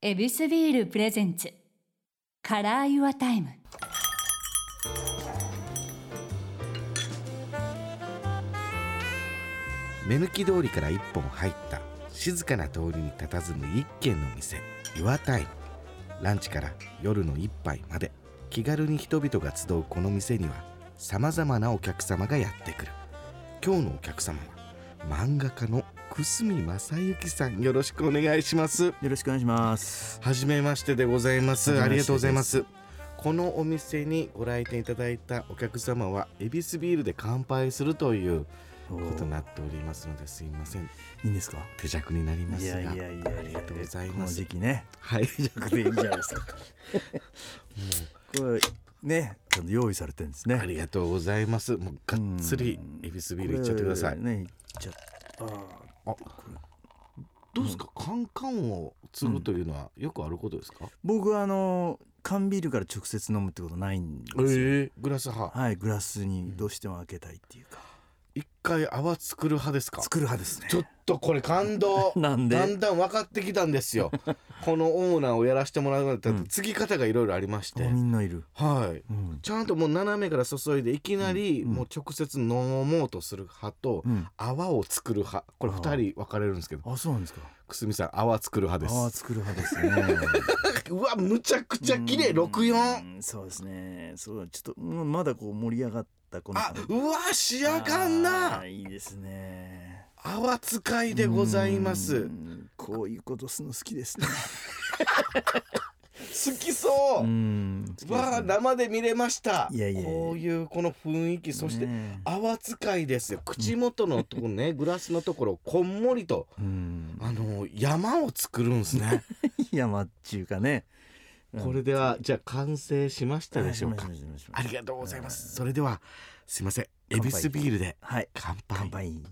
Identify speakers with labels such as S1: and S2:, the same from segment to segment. S1: エビスビールプレゼンツカラーユアタイム
S2: 目抜き通りから一本入った静かな通りに佇む一軒の店岩タイムランチから夜の一杯まで気軽に人々が集うこの店にはさまざまなお客様がやってくる今日のお客様は漫画家の久住正幸さんよろしくお願いします
S3: よろしくお願いします。
S2: はじめましてでございます
S3: はじめましてです
S2: ありがとうございますこのお店にご来店いただいたお客様はエビスビールで乾杯するという
S3: お
S2: ことになっておりますのですいません
S3: いいんですか。
S2: 手弱になりま
S3: い
S2: すが
S3: やいやいやいや、
S2: ありがとうござい
S3: こ
S2: ま
S3: の
S2: す
S3: 時期ね、
S2: はい
S3: でいいんじゃないですか。これね、ちゃんと用意されてるんですね。
S2: ありがとうございますもうがっつりエビスビールいっちゃってください
S3: これね、いっちゃっ
S2: あどうですか、カンカンを継ぐというのはよくあることですか、
S3: 僕はあの缶ビールから直接飲むってことないんですよ。
S2: えグラス派
S3: はい、グラスにどうしても開けたいっていうか。
S2: 一回泡作る派ですか
S3: 作る派ですね。
S2: ちょっとこれ感動
S3: なんで
S2: だんだん分かってきたんです よこのオーナーをやらせてもらうなんて継ぎ方がいろいろありまして、
S3: おみんないる。
S2: はい
S3: うん。
S2: ちゃんともう斜めから注いでいきなり
S3: うんうん
S2: もう直接飲もうとする派と、
S3: うん。
S2: 泡を作る派これ
S3: あー
S2: 2人分かれるんですけど
S3: あ、そうなんですか。
S2: くすみさん泡作る派で
S3: ああ、
S2: す
S3: 作る派ですね。
S2: うわむちゃくちゃ綺麗
S3: うん
S2: 六四。
S3: そうですね。そうちょっとうんまだこう盛り上がったこの。
S2: あうわ仕上がん
S3: あ
S2: な
S3: ー。いいですね。
S2: 泡使いでございま
S3: う
S2: す
S3: ん。こういうことするの好き ですね。。
S2: 好きそううん
S3: 好きですね
S2: わあ生で見れました
S3: いやいやいや
S2: こういうこの雰囲気そして
S3: ね
S2: 泡使いですよ口元のとこね グラスのところこんもりと
S3: うん。
S2: あの山を作るんですね
S3: 山っていうかね。
S2: これではじゃあ完成しましたでしょうか
S3: はいしましたしま
S2: あ
S3: した
S2: りがとうございますそれではすいませんエビスビールで
S3: はい。
S2: 乾杯
S3: 乾杯。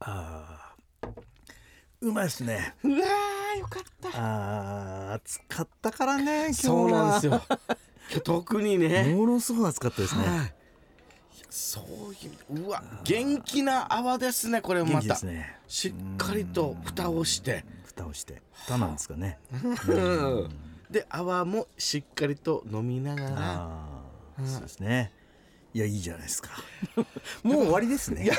S3: ああ。うまいですね。
S2: うわーよかった
S3: ああ、暑かったからね。今日は
S2: そうなんですよ。 今日特にね。
S3: ものすごい暑かったですね。
S2: はい。そういううわ元気な泡ですねこれも
S3: 元
S2: ま
S3: 気で
S2: た、
S3: すね。
S2: しっかりと蓋をして
S3: 蓋をして。蓋なんですかね。
S2: うんで泡もしっかりと飲みながら
S3: ああ、そうですね。いや、いいじゃないで すか。もう終わりですね。
S2: いや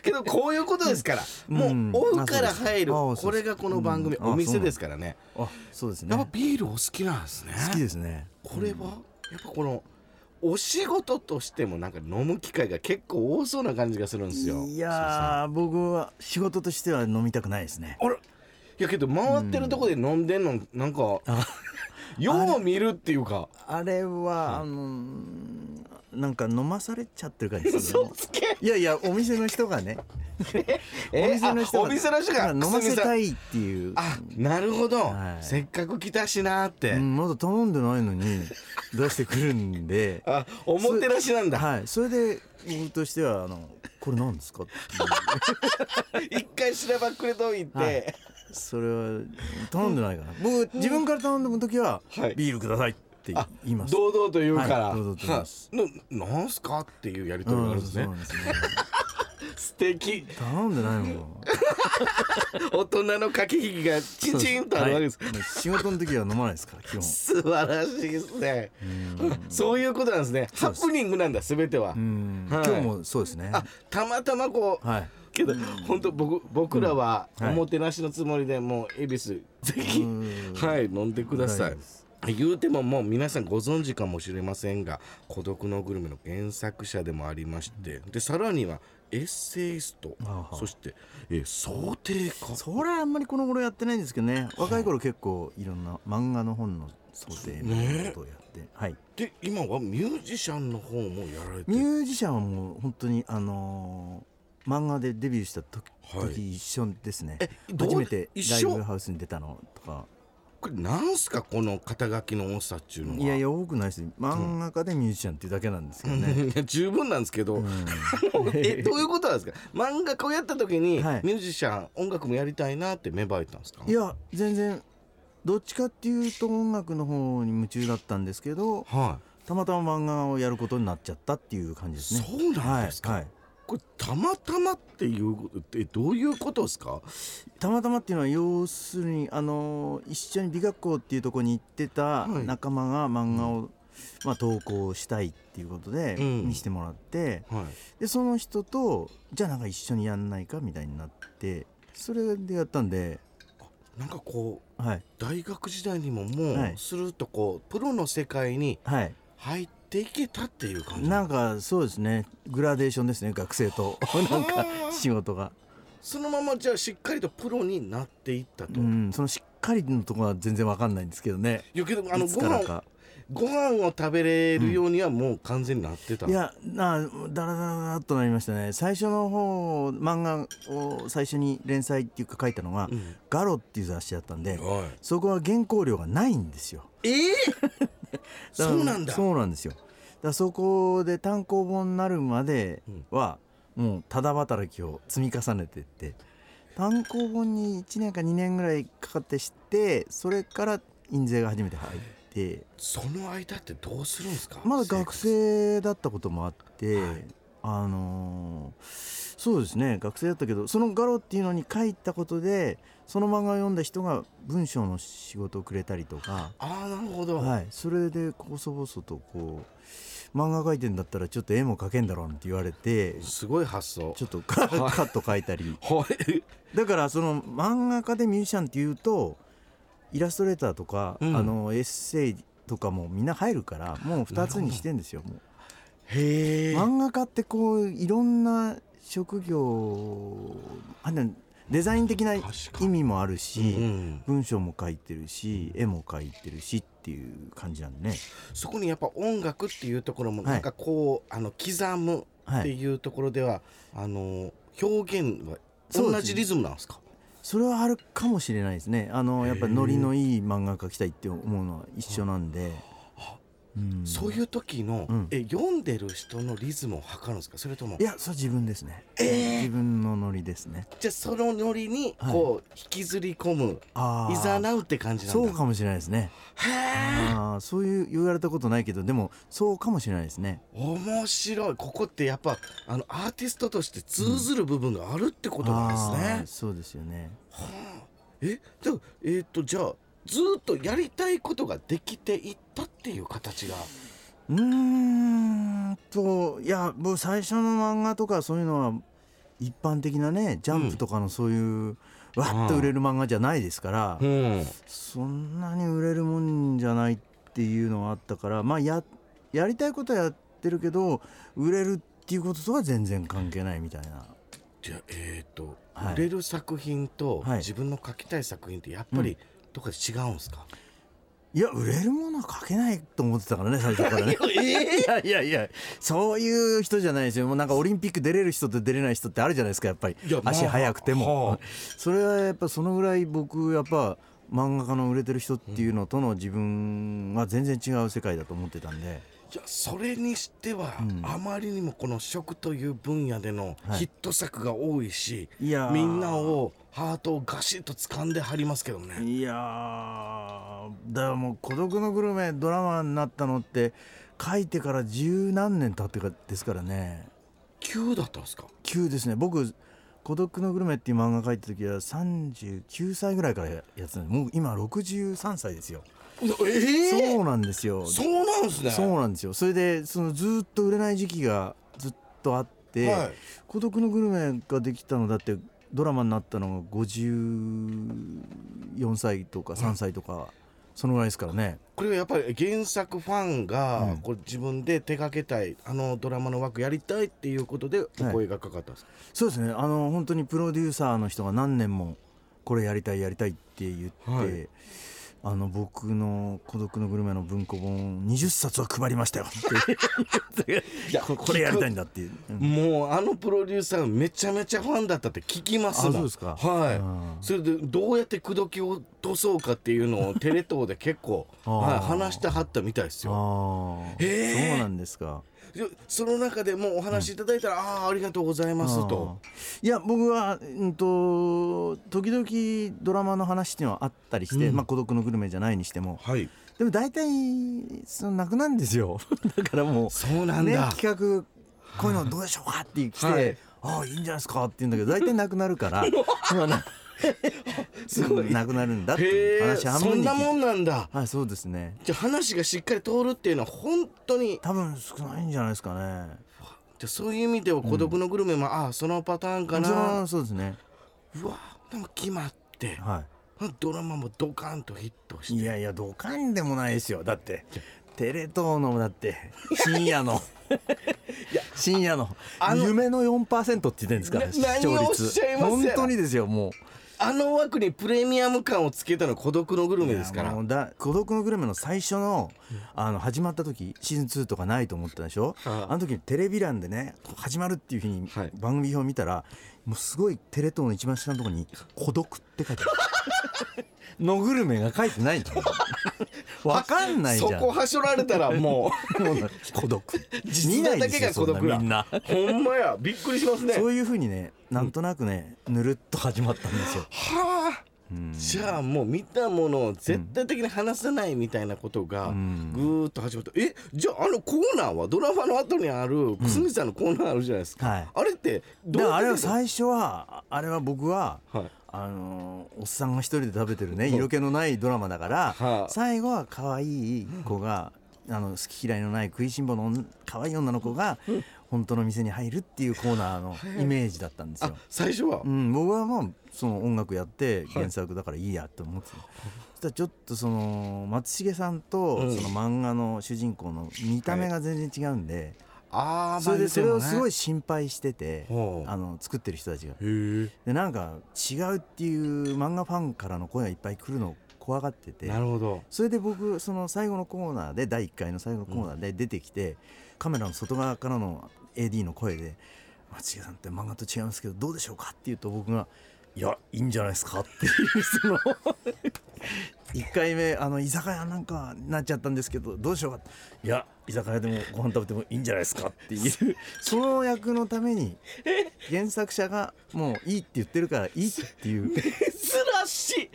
S2: けどこういうことですから、
S3: うん
S2: もう「追う」
S3: あ
S2: から入る
S3: そうですかあそうです
S2: これがこの番組、
S3: うんあ
S2: お店ですからね
S3: あ、そうです
S2: やっぱ
S3: ね。
S2: ビールお好きなんですね
S3: 好きですね。
S2: これはやっぱこのお仕事としてもなんか飲む機会が結構多そうな感じがするんですよ
S3: いやー、僕は仕事としては飲みたくないですね。
S2: あらいやけど回ってるとこで飲んでんのなんか、
S3: あ
S2: よう見るっていうか
S3: あれは、あのー、なんか飲まされちゃってる感じです よね。
S2: つけ
S3: いやいや、お店の人がね。
S2: え
S3: お店の人
S2: あお店の人が
S3: 飲ませた
S2: い
S3: いっていう。
S2: あなるほど、
S3: はい
S2: せっかく来たしなーって、。
S3: うん、まだ頼んでないのに出してくるんで
S2: あおもてなしなんだ
S3: はい、それで僕としてはあのこれなんですか っていう
S2: 一回しらばっくれといて、
S3: はいそれは頼んでないから僕自分から頼んでも時は
S2: はい
S3: ビールくださいって言います、
S2: 堂々と言うから、
S3: はい堂々と言います
S2: はななんすかっていうやり取りがあるんですね、
S3: うんそうなんですね
S2: 素敵
S3: 頼んでないも
S2: 大人の駆け引きが チン
S3: ん
S2: チンとあるわけです、
S3: はい仕事の時は飲まないですから基本
S2: 素晴らしいですね そういうことなんですねハプニングなんだ全ては、
S3: うん、
S2: はい
S3: 今日もそうですね
S2: あたまたまこう、
S3: はい
S2: けど本当僕僕らはお
S3: うんはい
S2: もてなしのつもりでもう恵比寿ぜひ
S3: うん
S2: はい飲んでください
S3: 大丈夫で。
S2: 言うてももう皆さんご存知かもしれませんが「孤独のグルメ」の原作者でもありましてでさらにはエッセイスト
S3: あは
S2: そして、えー想定家
S3: それはあんまりこの頃やってないんですけどね若い頃結構いろんな漫画の本の想定みたいなことをやって、はい
S2: で今はミュージシャンの方もやられて
S3: ミ
S2: る
S3: ュージシャンはもう本当にあのー漫画でデビューした時,、
S2: はい
S3: 時一緒ですね
S2: えどう
S3: 初めて
S2: 一
S3: ライ
S2: 緒
S3: ブハウスに出たのとか
S2: これなんすかこの肩書きの多さっちゅうのはい
S3: やいや多くないです漫画家でミュージシャンっていうだけなんですけどね、
S2: いや 十分なんですけど、 えどういうことなんですか漫画家をやった時に、
S3: はい
S2: ミュージシャン音楽もやりたいなって芽生えたんですか
S3: いや全然どっちかっていうと音楽の方に夢中だったんですけど
S2: は
S3: たまたま漫画をやることになっちゃったっていう感じ
S2: い
S3: ですね
S2: そうなんですか、
S3: はいはい
S2: これたまたまっていうことってどういうことですか
S3: たまたまっていうのは要するにあの一緒に美学校っていうところに行ってた
S2: はい
S3: 仲間が漫画を、まあ、投稿したいっていうことで
S2: うん
S3: 見せてもらって、
S2: はい
S3: でその人とじゃあなんか一緒にやんないかみたいになってそれでやったんで、
S2: なんかこう
S3: はい
S2: 大学時代にもも
S3: は
S2: う
S3: い
S2: するとこうプロの世界に
S3: はい、
S2: 入っていけたっていう感じ
S3: なんかそうですねグラデーションですね学 生となんか仕事が、
S2: そのままじゃあしっかりとプロになっていったと、
S3: う
S2: い
S3: ん、そのしっかりのところは全然わかんないんですけどね
S2: やけどあの
S3: いつ
S2: ご
S3: から
S2: 飯
S3: か
S2: ご飯を食べれるようにはもう完全になってた、
S3: いやなだらだらだらっとなりましたね最初の方漫画を最初に連載っていうか書いたのが「
S2: うん
S3: ガロ」っていう雑誌だったんで
S2: は
S3: そこは原稿料がないんですよ
S2: い、えー、
S3: だから
S2: そうなんだ
S3: そうなんですよだからそこで単行本になるまではもうただ働きを積み重ねてって単行本に1年か2年ぐらいかかってしてそれから印税が初めて入って
S2: その間ってどうするんですか
S3: まだ学生だったこともあって、
S2: はい
S3: あのーそうですね学生だったけどその「ガロ」っていうのに書いたことでその漫画を読んだ人が文章の仕事をくれたりとか、
S2: ああなるほど、
S3: はい、それで細々とこう漫画描いてんだったらちょっと絵も描けんだろうって言われて
S2: すごい発想
S3: ちょっとカカット描いたり
S2: はい
S3: だからその漫画家でミュージシャンっていうとイラストレーターとか、
S2: うん
S3: あのエッセイとかもみんな入るからもう2つにしてんですよ。もう
S2: へえ
S3: 漫画家ってこういろんな職業あでもデザイン的な意
S2: 確かに
S3: 味もある
S2: う
S3: し、
S2: ん、
S3: 文章も書いてるし絵も描いてるしっていう感じなんでね、
S2: そこにやっぱ音楽っていうところも
S3: はい
S2: なんかこう、あの刻む
S3: は
S2: って
S3: い、
S2: いうところでは、あの表現は
S3: そうですね
S2: 同じリズムなんですか
S3: それはあるかもしれないですねあのやっぱノリのいい漫画描きたいって思うのは一緒なんで、うん
S2: そういう時の、
S3: うん
S2: え読んでる人のリズムを測るんですかそれとも
S3: いやそれ自分ですね、自分のノリですね
S2: じゃあそのノリに
S3: はい
S2: こう引きずり込む、
S3: あ
S2: い、
S3: ー
S2: ざなうって感じなんだ
S3: そうかもしれないですねあーそういう言われたことないけどでもそうかもしれないですね
S2: 面白いここってやっぱあのアーティストとして通ずる部分があるってことなんですね、
S3: あーそうですよね
S2: えじゃあえー、とじゃあずーっとやりたいことができていったっていう形が
S3: うーんといやもう最初の漫画とかそういうのは一般的なねジャンプとかのそういう、わっと売れる漫画じゃないですから、
S2: ん
S3: そんなに売れるもんじゃないっていうのはあったからまあややりたいことはやってるけど売れるっていうこととは全然関係ないみたいな
S2: じゃあえっ、と、
S3: はい
S2: 売れる作品と
S3: はい
S2: 自分の書きたい作品ってやっぱりどっかで違うんですか、
S3: いや売れるものは書けないと思ってたからね最初からね いやいやいやそういう人じゃないですよもうなんかオリンピック出れる人と出れない人ってあるじゃないですかやっぱり
S2: いやまあ
S3: 足速くても、
S2: はあ
S3: それはやっぱそのぐらい僕やっぱ漫画家の売れてる人っていうのとの自分は全然違う世界だと思ってたんで
S2: いやそれにしては、
S3: うん
S2: あまりにもこの食という分野での
S3: はい
S2: ヒット作が多いし、
S3: いやー
S2: みんなをハートをガシッと掴んではりますけどね。
S3: いやーだからもう「孤独のグルメ」ドラマになったのって書いてから十何年経ってからですからね
S2: 急だったんですか
S3: 急ですね僕「孤独のグルメ」っていう漫画書いた時は39歳ぐらいからやってたんでもう今63歳ですよ、
S2: ええ
S3: そうなんですよ
S2: そうなんですね
S3: そうなんですよそれでそのずーっと売れない時期がずっとあって「
S2: はい
S3: 孤独のグルメ」ができたのだってドラマになったのが54歳とか3歳とか、そのぐらいですからね
S2: これはやっぱり原作ファン
S3: う
S2: が
S3: ん
S2: これ自分で手掛けたいあのドラマの枠やりたいっていうことでお声がかかったんですか、
S3: そうですねあの本当にプロデューサーの人が何年もこれやりたいやりたいって言って、
S2: はい
S3: あの僕の「孤独のグルメ」の文庫本20冊は配りましたよって
S2: いや
S3: ここれやりたいんだっていう。うん
S2: もうあのプロデューサーめちゃめちゃファンだったって聞きますもん
S3: あそうですか
S2: はい、
S3: うん
S2: それでどうやって口説き落とそうかっていうのをテレ東で結構、
S3: あー
S2: はい、話してはったみたいですよ
S3: ああ、
S2: へえ
S3: そうなんですか。
S2: でその中でもうお話いただいたら、ああありがとうございますと
S3: あーいや僕はうんと時々ドラマの話っていうのはあったりして、
S2: うん
S3: まあ孤独のグルメじゃないにしても、
S2: はい
S3: でも大体そのなくなんですよ。だからもう
S2: そうなん
S3: ね
S2: だ、
S3: 企画こういうのどうでしょうかって来て、
S2: はい
S3: ああいいんじゃないですかって言うんだけど大体なくなるから 今な
S2: すごい
S3: なくなるんだって
S2: へ
S3: い
S2: え
S3: う話半
S2: そ
S3: 分
S2: ん
S3: に
S2: なも
S3: 聞い
S2: んなんだ
S3: はいそうですね
S2: じゃあ話がしっかり通るっていうのは本当に
S3: 多分少ないんじゃないですかね
S2: じゃあそういう意味では孤独のグルメも、ああそのパターンか
S3: じゃ
S2: な
S3: あそうですね
S2: うわでも決まって
S3: は
S2: ドラマもドカンとヒット
S3: い
S2: し
S3: い
S2: て
S3: やいやドカンでもないですよだってテレ東のだって深 夜の深夜の
S2: あの
S3: 夢の4%って言ってんですから視
S2: な
S3: 聴
S2: 何をおっ
S3: 率
S2: しゃいます
S3: 本当にですよもう
S2: あの枠にプレミアム感をつけたのは孤独のグルメですか
S3: い
S2: ら
S3: やもうだ孤独のグルメの最初のあの始まった時シーズン2とかないと思ったでしょ
S2: あ
S3: あ
S2: あ
S3: の時にテレビ欄でね始まるっていう日に
S2: はい
S3: 番組表見たら、もうすごいテレ東の一番下のところに「孤独」って書いてあ るのグルメが書いてないんだよわかんないじ
S2: そ
S3: ゃん
S2: こはしょられたらも
S3: もう孤 独
S2: 実
S3: 見ない
S2: だ
S3: で
S2: け
S3: すよ
S2: が孤独だ
S3: そんなみ
S2: うほ
S3: んな
S2: んまやびっくりしますね
S3: そういうふうにねなんとなくね、ぬるっと始まったんですよ、
S2: はあ
S3: うん
S2: じゃあもう見たものを絶対的に話さないみたいなことが
S3: う
S2: ぐ
S3: ん
S2: ーっと始まって、えじゃああのコーナーはドラマの後にある久住さんのコーナーあるじゃないですか、
S3: はい
S2: あれってどう
S3: だからあれ
S2: や
S3: は
S2: って出て
S3: 最初はあれは僕は
S2: はい
S3: あのーおっさんが一人で食べてるね色気のないドラマだから、
S2: はい
S3: 最後は可愛い子が、あの好き嫌いのない食いしん坊の女可愛い女の子が本当の店に入るっていうコーナーのイメージだったんです
S2: あ
S3: よ。
S2: 最初は、
S3: うん、僕はまあその音楽やって原作だからいいやと思ってた、そしたらちょっとその松重さんと
S2: うん
S3: その漫画の主人公の見た目が全然違うんで、
S2: ああ
S3: それでそれをすご
S2: い
S3: い心配してて、
S2: ほう
S3: あの作ってる人たちが。
S2: へ
S3: でなんか違うっていう漫画ファンからの声がいっぱい来るのを怖がって
S2: え
S3: て
S2: なるほど
S3: それで僕その最後のコーナーで第1回の最後のコーナーで出てきて、カメラの外側からの AD の声で「松重さんって漫画と違いますけどどうでしょうか?」って言うと僕が「いやいいんじゃないですか」っていうそ の1回目あの居酒屋なんかなっちゃったんですけどどうしようかいや居酒屋でもご飯食べてもいいんじゃないですかっていう その役のために原作者がもういいって言ってるからいいって いう
S2: 珍しい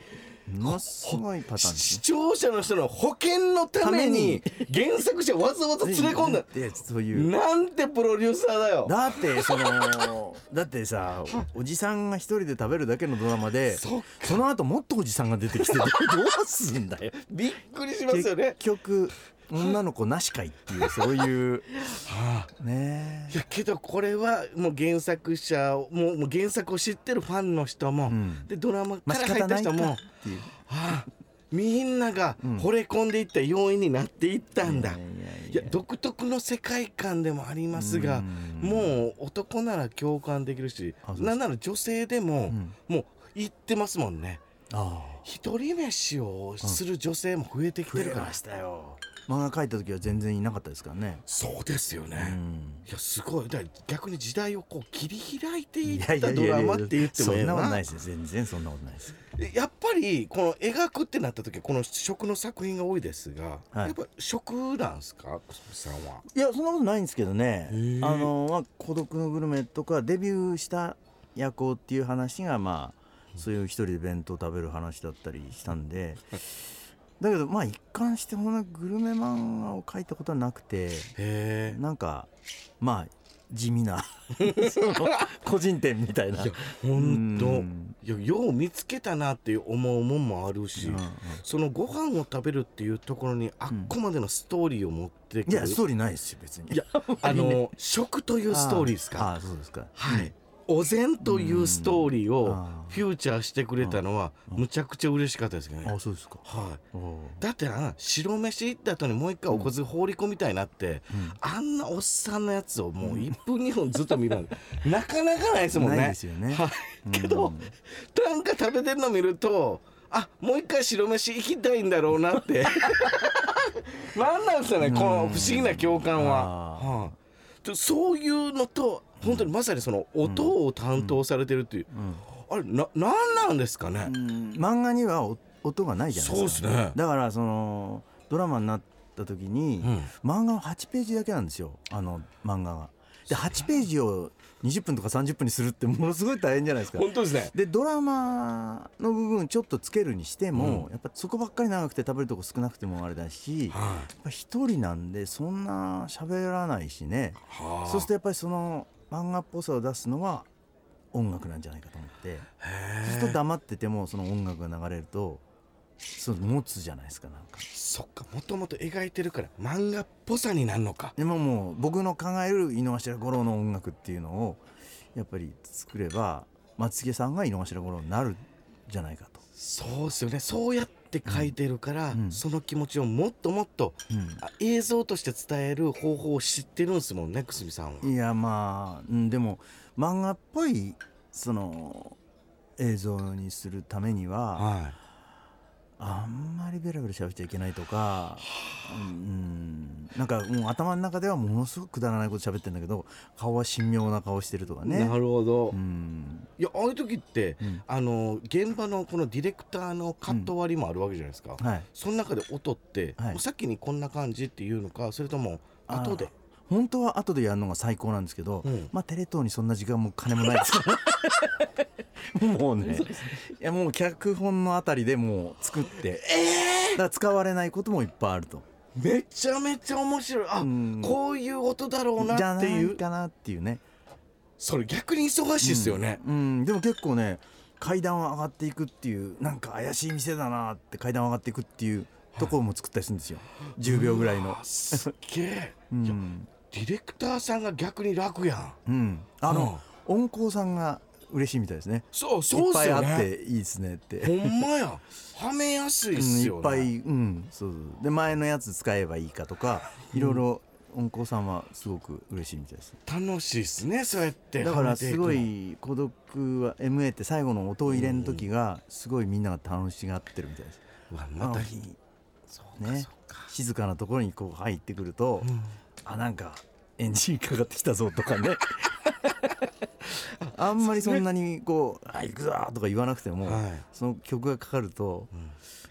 S3: ものすごいパターンですね
S2: 視聴者の人の保険のために原作者をわざわざ連れ込んだ
S3: でそういう
S2: なんてプロデューサーだよ
S3: だってそのだってさおじさんが一人で食べるだけのドラマで
S2: そっ
S3: そ
S2: か
S3: の後もっとおじさんが出てきてどうすんだよ
S2: びっくりしますよ
S3: 結
S2: ね
S3: 局女の子なしかいっていうそういうね
S2: いやけどこれはもう原作者をもうもう原作を知ってるファンの人も、
S3: ん
S2: でドラマか
S3: ま
S2: ら
S3: あ仕
S2: 入っ
S3: 方
S2: た
S3: ないか
S2: 人も、
S3: っ
S2: は
S3: ていう
S2: あみんなが惚れ込んでいった要因になっていったんだ、
S3: いやいやいや
S2: いや独特の世界観でもありますがもう男なら共感できるし
S3: あそうです
S2: なんなら女性でも、
S3: ん
S2: もう言ってますもんね
S3: あ
S2: 一人飯をする女性も増えてき
S3: あ
S2: てるから、
S3: したよ漫画描いた時は全然いなかったですからね
S2: そうですよね、
S3: うん
S2: いやすごいだから逆に時代をこう切り開いてい
S3: い
S2: っ
S3: やいや
S2: た
S3: い
S2: ド
S3: やいや
S2: ラマって言っても
S3: そ
S2: ええ
S3: んなことない
S2: な
S3: です全然そんなことないです
S2: やっぱりこの描くってなった時はこの食の作品が多いですが、
S3: は
S2: や
S3: い
S2: っぱ食なんすか久住さんはい
S3: やそんなことないんですけどね
S2: へえ
S3: あの、まあ、孤独のグルメとかデビューした夜行っていう話がまあそういう一人で弁当食べる話だったりしたんでだけどまあ一貫してこんなグルメ漫画を書いたことはなくて
S2: へえ
S3: なんかまあ地 味なその個人店みたいな。
S2: ほん
S3: う
S2: と
S3: ん
S2: いやよう見つけたなっていう思うもんもあるし、
S3: うんうん
S2: そのご飯を食べるっていうところにあっこまでのストーリーを持ってく
S3: い
S2: る、
S3: やストーリーないですよ別に。
S2: いやあの食というストーリーですか
S3: あーそうですか。
S2: はい、お膳というストーリー
S3: う
S2: を
S3: んあー
S2: フューチャーしてくれたのはむちゃくちゃ嬉しかったですけどね、
S3: あそうですか。
S2: はい、
S3: おー
S2: だってあ白飯行った後にもう一回お小遣い放り込みたいなって、あんなおっさんのやつをもう1分2分ずっと見るのなかなかないですもんね。
S3: ないですよね
S2: はい、けど、なんか食べてるの見るとあもう一回白飯行きたいんだろうなってなんなんですかねこの不思議な共感は。
S3: あー
S2: はいちょそういうのと本当にまさにその音を担当されてるっていう、あれななんなんですかね、
S3: うん漫画にはお音がないじゃないですか
S2: そうですね
S3: だからそのドラマになった時に、
S2: うん
S3: 漫画の8ページだけなんですよあの漫画がで8ページを20分とか30分にするってものすごい大変じゃないですか
S2: 本当ですね
S3: でドラマの部分ちょっとつけるにしても、やっぱそこばっかり長くて食べるとこ少なくてもあれだし、やっ
S2: は
S3: ぱ一人なんでそんな喋らないしね
S2: いはあ
S3: そうするとやっぱりその漫画っぽさを出すのは音楽なんじゃないかと思ってそうすると黙っててもその音楽が流れるとそう持つじゃないですかなんか
S4: そっか
S2: もともと描いてるから漫画っぽさになるのか
S3: でももう僕の考える井の頭五郎の音楽っていうのをやっぱり作れば松重さんが井の頭五郎になるんじゃないかと。
S2: そうですよねそうやって描いてるから、
S3: うん
S2: その気持ちをもっともっと
S3: うん
S2: あ映像として伝える方法を知ってるんですもんね久住さんはい
S3: やまあ、うん、でも漫画っぽいその映像にするためには
S2: は
S3: あんまりベラベラ喋っちゃいけないとか、うん、なんかもう頭の中ではものすごくくだらないこと喋ってるんだけど顔は神妙な顔してるとか
S2: い、
S3: ね
S2: な。るほど、
S3: うん
S2: いやああいう時って、
S3: うん
S2: あの現場のこのディレクターのカット割りもあるわけじゃないですか、
S3: はい、
S2: その中で音って、
S3: はい
S2: もう先にこんな感じっていうのかそれとも
S3: あー
S2: 後で
S3: 本当は後でやるのが最高なんですけど、
S2: うん
S3: まあテレ東にそんな時間も金もないですから もうねいやもう脚本のあたりでもう作って、だから使われないこともいっぱいあると。
S2: めちゃめちゃ面白いあ、
S3: うん
S2: こういう音だろう
S3: じ
S2: な
S3: ゃ
S2: っ
S3: な
S2: てい
S3: いうかなっていうね
S2: それ逆に忙しいですよね、
S3: うんでも結構ね階段を上がっていくっていうなんか怪しい店だなって階段を上がっていくっていうところも作ったりするんですよ、10秒ぐらいの
S2: あ。すっげえ、
S3: う
S2: いや
S3: ん、
S2: ディレクターさんが逆に楽やん
S3: うん、あの、音工さんが嬉しいみたいですね
S2: そうそうっすよ
S3: いっぱいあ
S2: ね
S3: っていいですねって
S2: ほんまやはめやすいっ
S3: うん
S2: す
S3: い
S2: よ
S3: っ
S2: ね、
S3: ぱい、うん、そうそうで前のやつ使えばいいかとかいろいろ音工さんはすごく嬉しいみたいです
S2: 楽しいっすねそうやって
S3: だから
S2: はめて
S3: す
S2: くの
S3: ごい孤独は MA って最後の音を入れん時がすごいみんなが楽しがってるみたいです。
S2: うわまた
S3: あ
S2: ひそうか
S3: ね
S2: そうか、
S3: 静かなところにこう入ってくると、
S2: うん
S3: あなんかエンジンかかってきたぞ とかねあんまりそんなにこう「あ行くぞ!」とか言わなくても、
S2: は
S3: その曲がかかると
S2: い、うん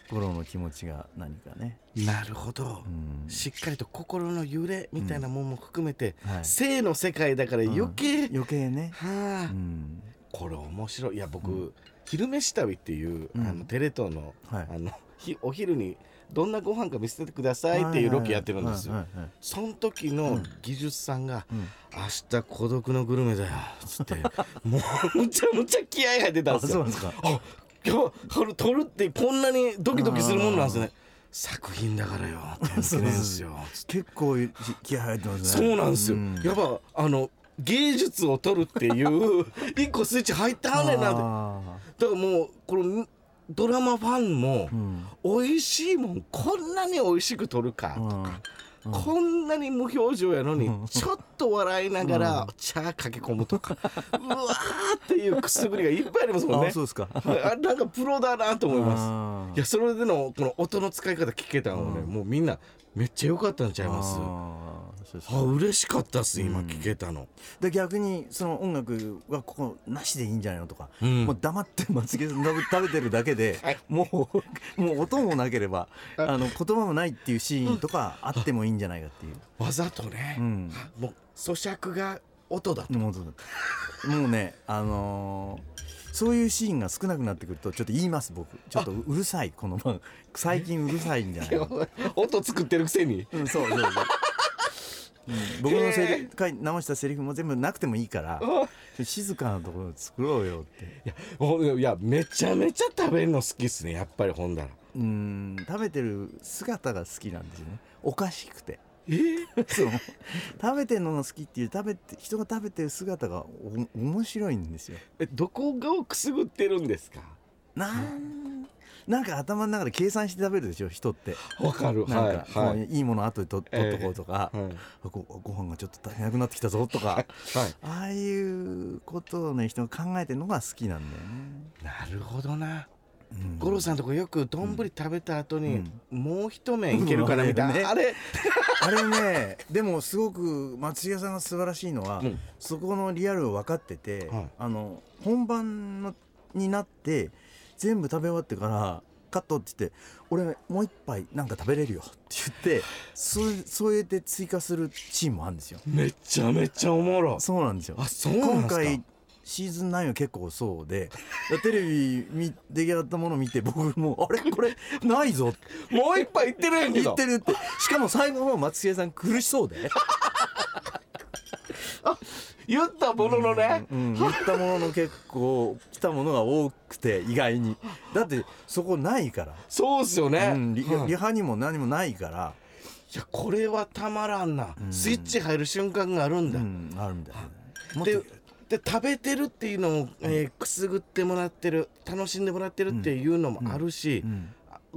S3: 五郎の気持ちが何かね。
S2: なるほど、
S3: うん
S2: しっかりと心の揺れみたいなもんも含めて、
S3: はい
S2: 性の世界だから余計、
S3: 余計ね、
S2: はあ、
S3: うん、
S2: これ面白いいや僕、昼飯旅っていう、
S3: うん
S2: あのテレ東の,、
S3: はい
S2: あのひお昼にどんなご飯か見せてくださいっていうロケやってるんですよ、
S3: はいはいはい
S2: その時の技術さんが「
S3: うん
S2: 明日孤独のグルメだよ」っつって もうむちゃむちゃ気合入ってたん
S3: あ
S2: です
S3: そ
S2: よ
S3: うなんですか
S2: あ今日春撮るってこんなにドキドキするもんなんですね作品だからよって言ってるんです よ
S3: 結構い気合入ってますね
S2: そうなんですよ、
S3: うん
S2: やっぱあの芸術を撮るっていう一個スイッチ入ったはんねんなってだか
S3: あ
S2: らもうこのドラマファンも
S3: ーうん
S2: 美味しいもんこんなに美味しく撮るかとか、
S3: うんうん
S2: こんなに無表情やのに
S3: うん
S2: ちょっと笑いながら茶かけ込むとかうわーっていうくすぐりがいっぱいありますもん
S3: あ
S2: ね
S3: そうですか
S2: あなんかプロだなと思います
S3: あー
S2: いやそれでのこの音の使い方聞けたのね、
S3: うん
S2: もうみんなめっちゃ良かったんちゃいますあ
S3: あーそうですか
S2: 嬉しかったっす今
S3: うん
S2: 聞けたの、
S3: で逆にその音楽はここなしでいいんじゃないのとか、
S2: うん
S3: もう黙ってまつげ食べ 食べてるだけで、もうもう音もなければあの言葉もないっていうシーンとかあってもいいんじゃないかっていう、
S2: わざとね、
S3: うん、
S2: もう咀嚼が音だと
S3: もうそうだもうねあのーそういうシーンが少なくなってくるとちょっと言います僕ちょっとうるさいこの番最近うるさいんじゃないの、
S2: 音作ってるくせに
S3: うん、そうそうそう、うん、僕のセリ書い直したセリフも全部なくてもいいから静かなところを作ろうよって
S2: ほんいやめちゃめちゃ食べるの好きっすねやっぱりほんだら
S3: うーん食べてる姿が好きなんですよねおかしくて
S2: えー、
S3: そう食べてるのが好きっていう食べて人が食べてる姿がお面白いんですよ
S2: えどこがをくすぐってるんですか
S3: なんなんか頭の中で計算して食べるでしょ人って
S2: わかる
S3: なんか、
S2: はいはい
S3: もういいもの後でと取っとこうとか、
S2: はい
S3: あごご飯がちょっと足りなくなってきたぞ とか
S2: はい
S3: ああいうことをね人が考えてるのが好きなんだよ
S2: なるほどな
S3: ね、うん
S2: 五郎さんとかよく丼食べた後に、もう一
S3: う
S2: 麺
S3: ん
S2: いけるかなみたいな、
S3: う ん
S2: あれ
S3: あれねでもすごく松重さんが素晴らしいのは、
S2: うん
S3: そこのリアルを分かってて、
S2: はい
S3: あの本番のになって全部食べ終わってからカットって言って俺もう一杯なんか食べれるよって言ってそうそうやって追加するチームもあるんですよ
S2: めちゃめちゃおもろ
S3: そうなんですよ
S2: あそうなんですか
S3: 今回シーズン9は結構そうで だテレビ見出来上がったもの見て僕もうあれこれないぞって
S2: もう一杯いってるやんけ
S3: 言
S2: ど
S3: ってるってしかも最後の方松重さん苦しそうで
S2: 言ったもののね、
S3: うん、言ったものの結構来たものが多くて意外にだってそこないから、
S2: そうっすよね、
S3: うん、リ
S2: はい
S3: リハにも何もないから、
S2: いやこれはたまらんな、
S3: ん
S2: スイッチ入る瞬間があるん
S3: う
S2: だ、
S3: ん、あるみたいなもっと
S2: でで食べてるっていうのを、えーくすぐってもらってる楽しんでもらってるっていうのもあるし、
S3: うん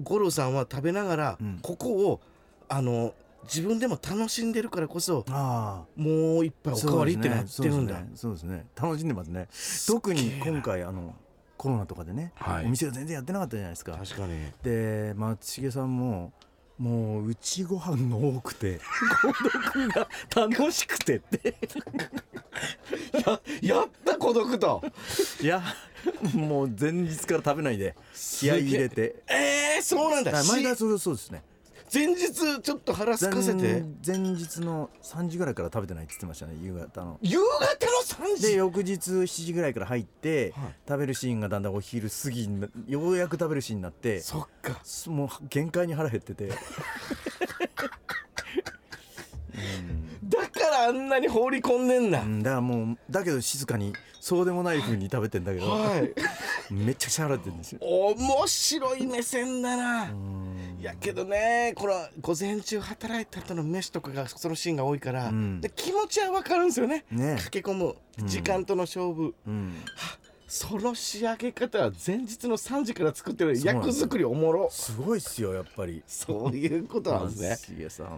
S2: 五郎さんは食べながら、
S3: うん
S2: ここをあの自分でも楽しんでるからこそ
S3: ああ
S2: もう一杯おかわりってなってるんだ、
S3: そうですねそうですね楽しんでますね特に今回あのコロナとかでね、
S2: はい
S3: お店が全然やってなかったじゃないですか
S2: 確かに
S3: で松重さんももううちご飯が多 くて孤独が楽しくてって
S2: ややった孤独と
S3: いやもう前日から食べないで気合い入れて
S2: えー、そうなん
S3: だ
S2: だ
S3: から毎回
S2: し
S3: それそうですね
S2: 前日ちょっと腹すかせて
S3: 前前日の3時ぐらいから食べてないって言ってましたね夕方の
S2: 夕方の3
S3: で
S2: 時
S3: 翌日7時ぐらいから入って、
S2: はい
S3: 食べるシーンがだんだんお昼過ぎになようやく食べるシーンになって
S2: そっか
S3: もう限界に腹減ってて
S2: だからあんなに放り込んでんな、
S3: うんだからもうだけど静かにそうでもない風に食べてんだけど、
S2: はい
S3: めっちゃくちゃ腹減ってるんですよ
S2: 面白い目線だな
S3: うん
S2: いやけどねこの午前中働いた後の飯とかがそのシーンが多いから、
S3: うん
S2: で気持ちは分かるんですよね
S3: ね
S2: 駆け込む時間との勝負、
S3: うん
S2: その仕上げ方は前日の3時から作ってる
S3: そうなんです
S2: 役作りおもろ
S3: すごいっすよやっぱり
S2: そういうことなんですね
S3: 松重さんの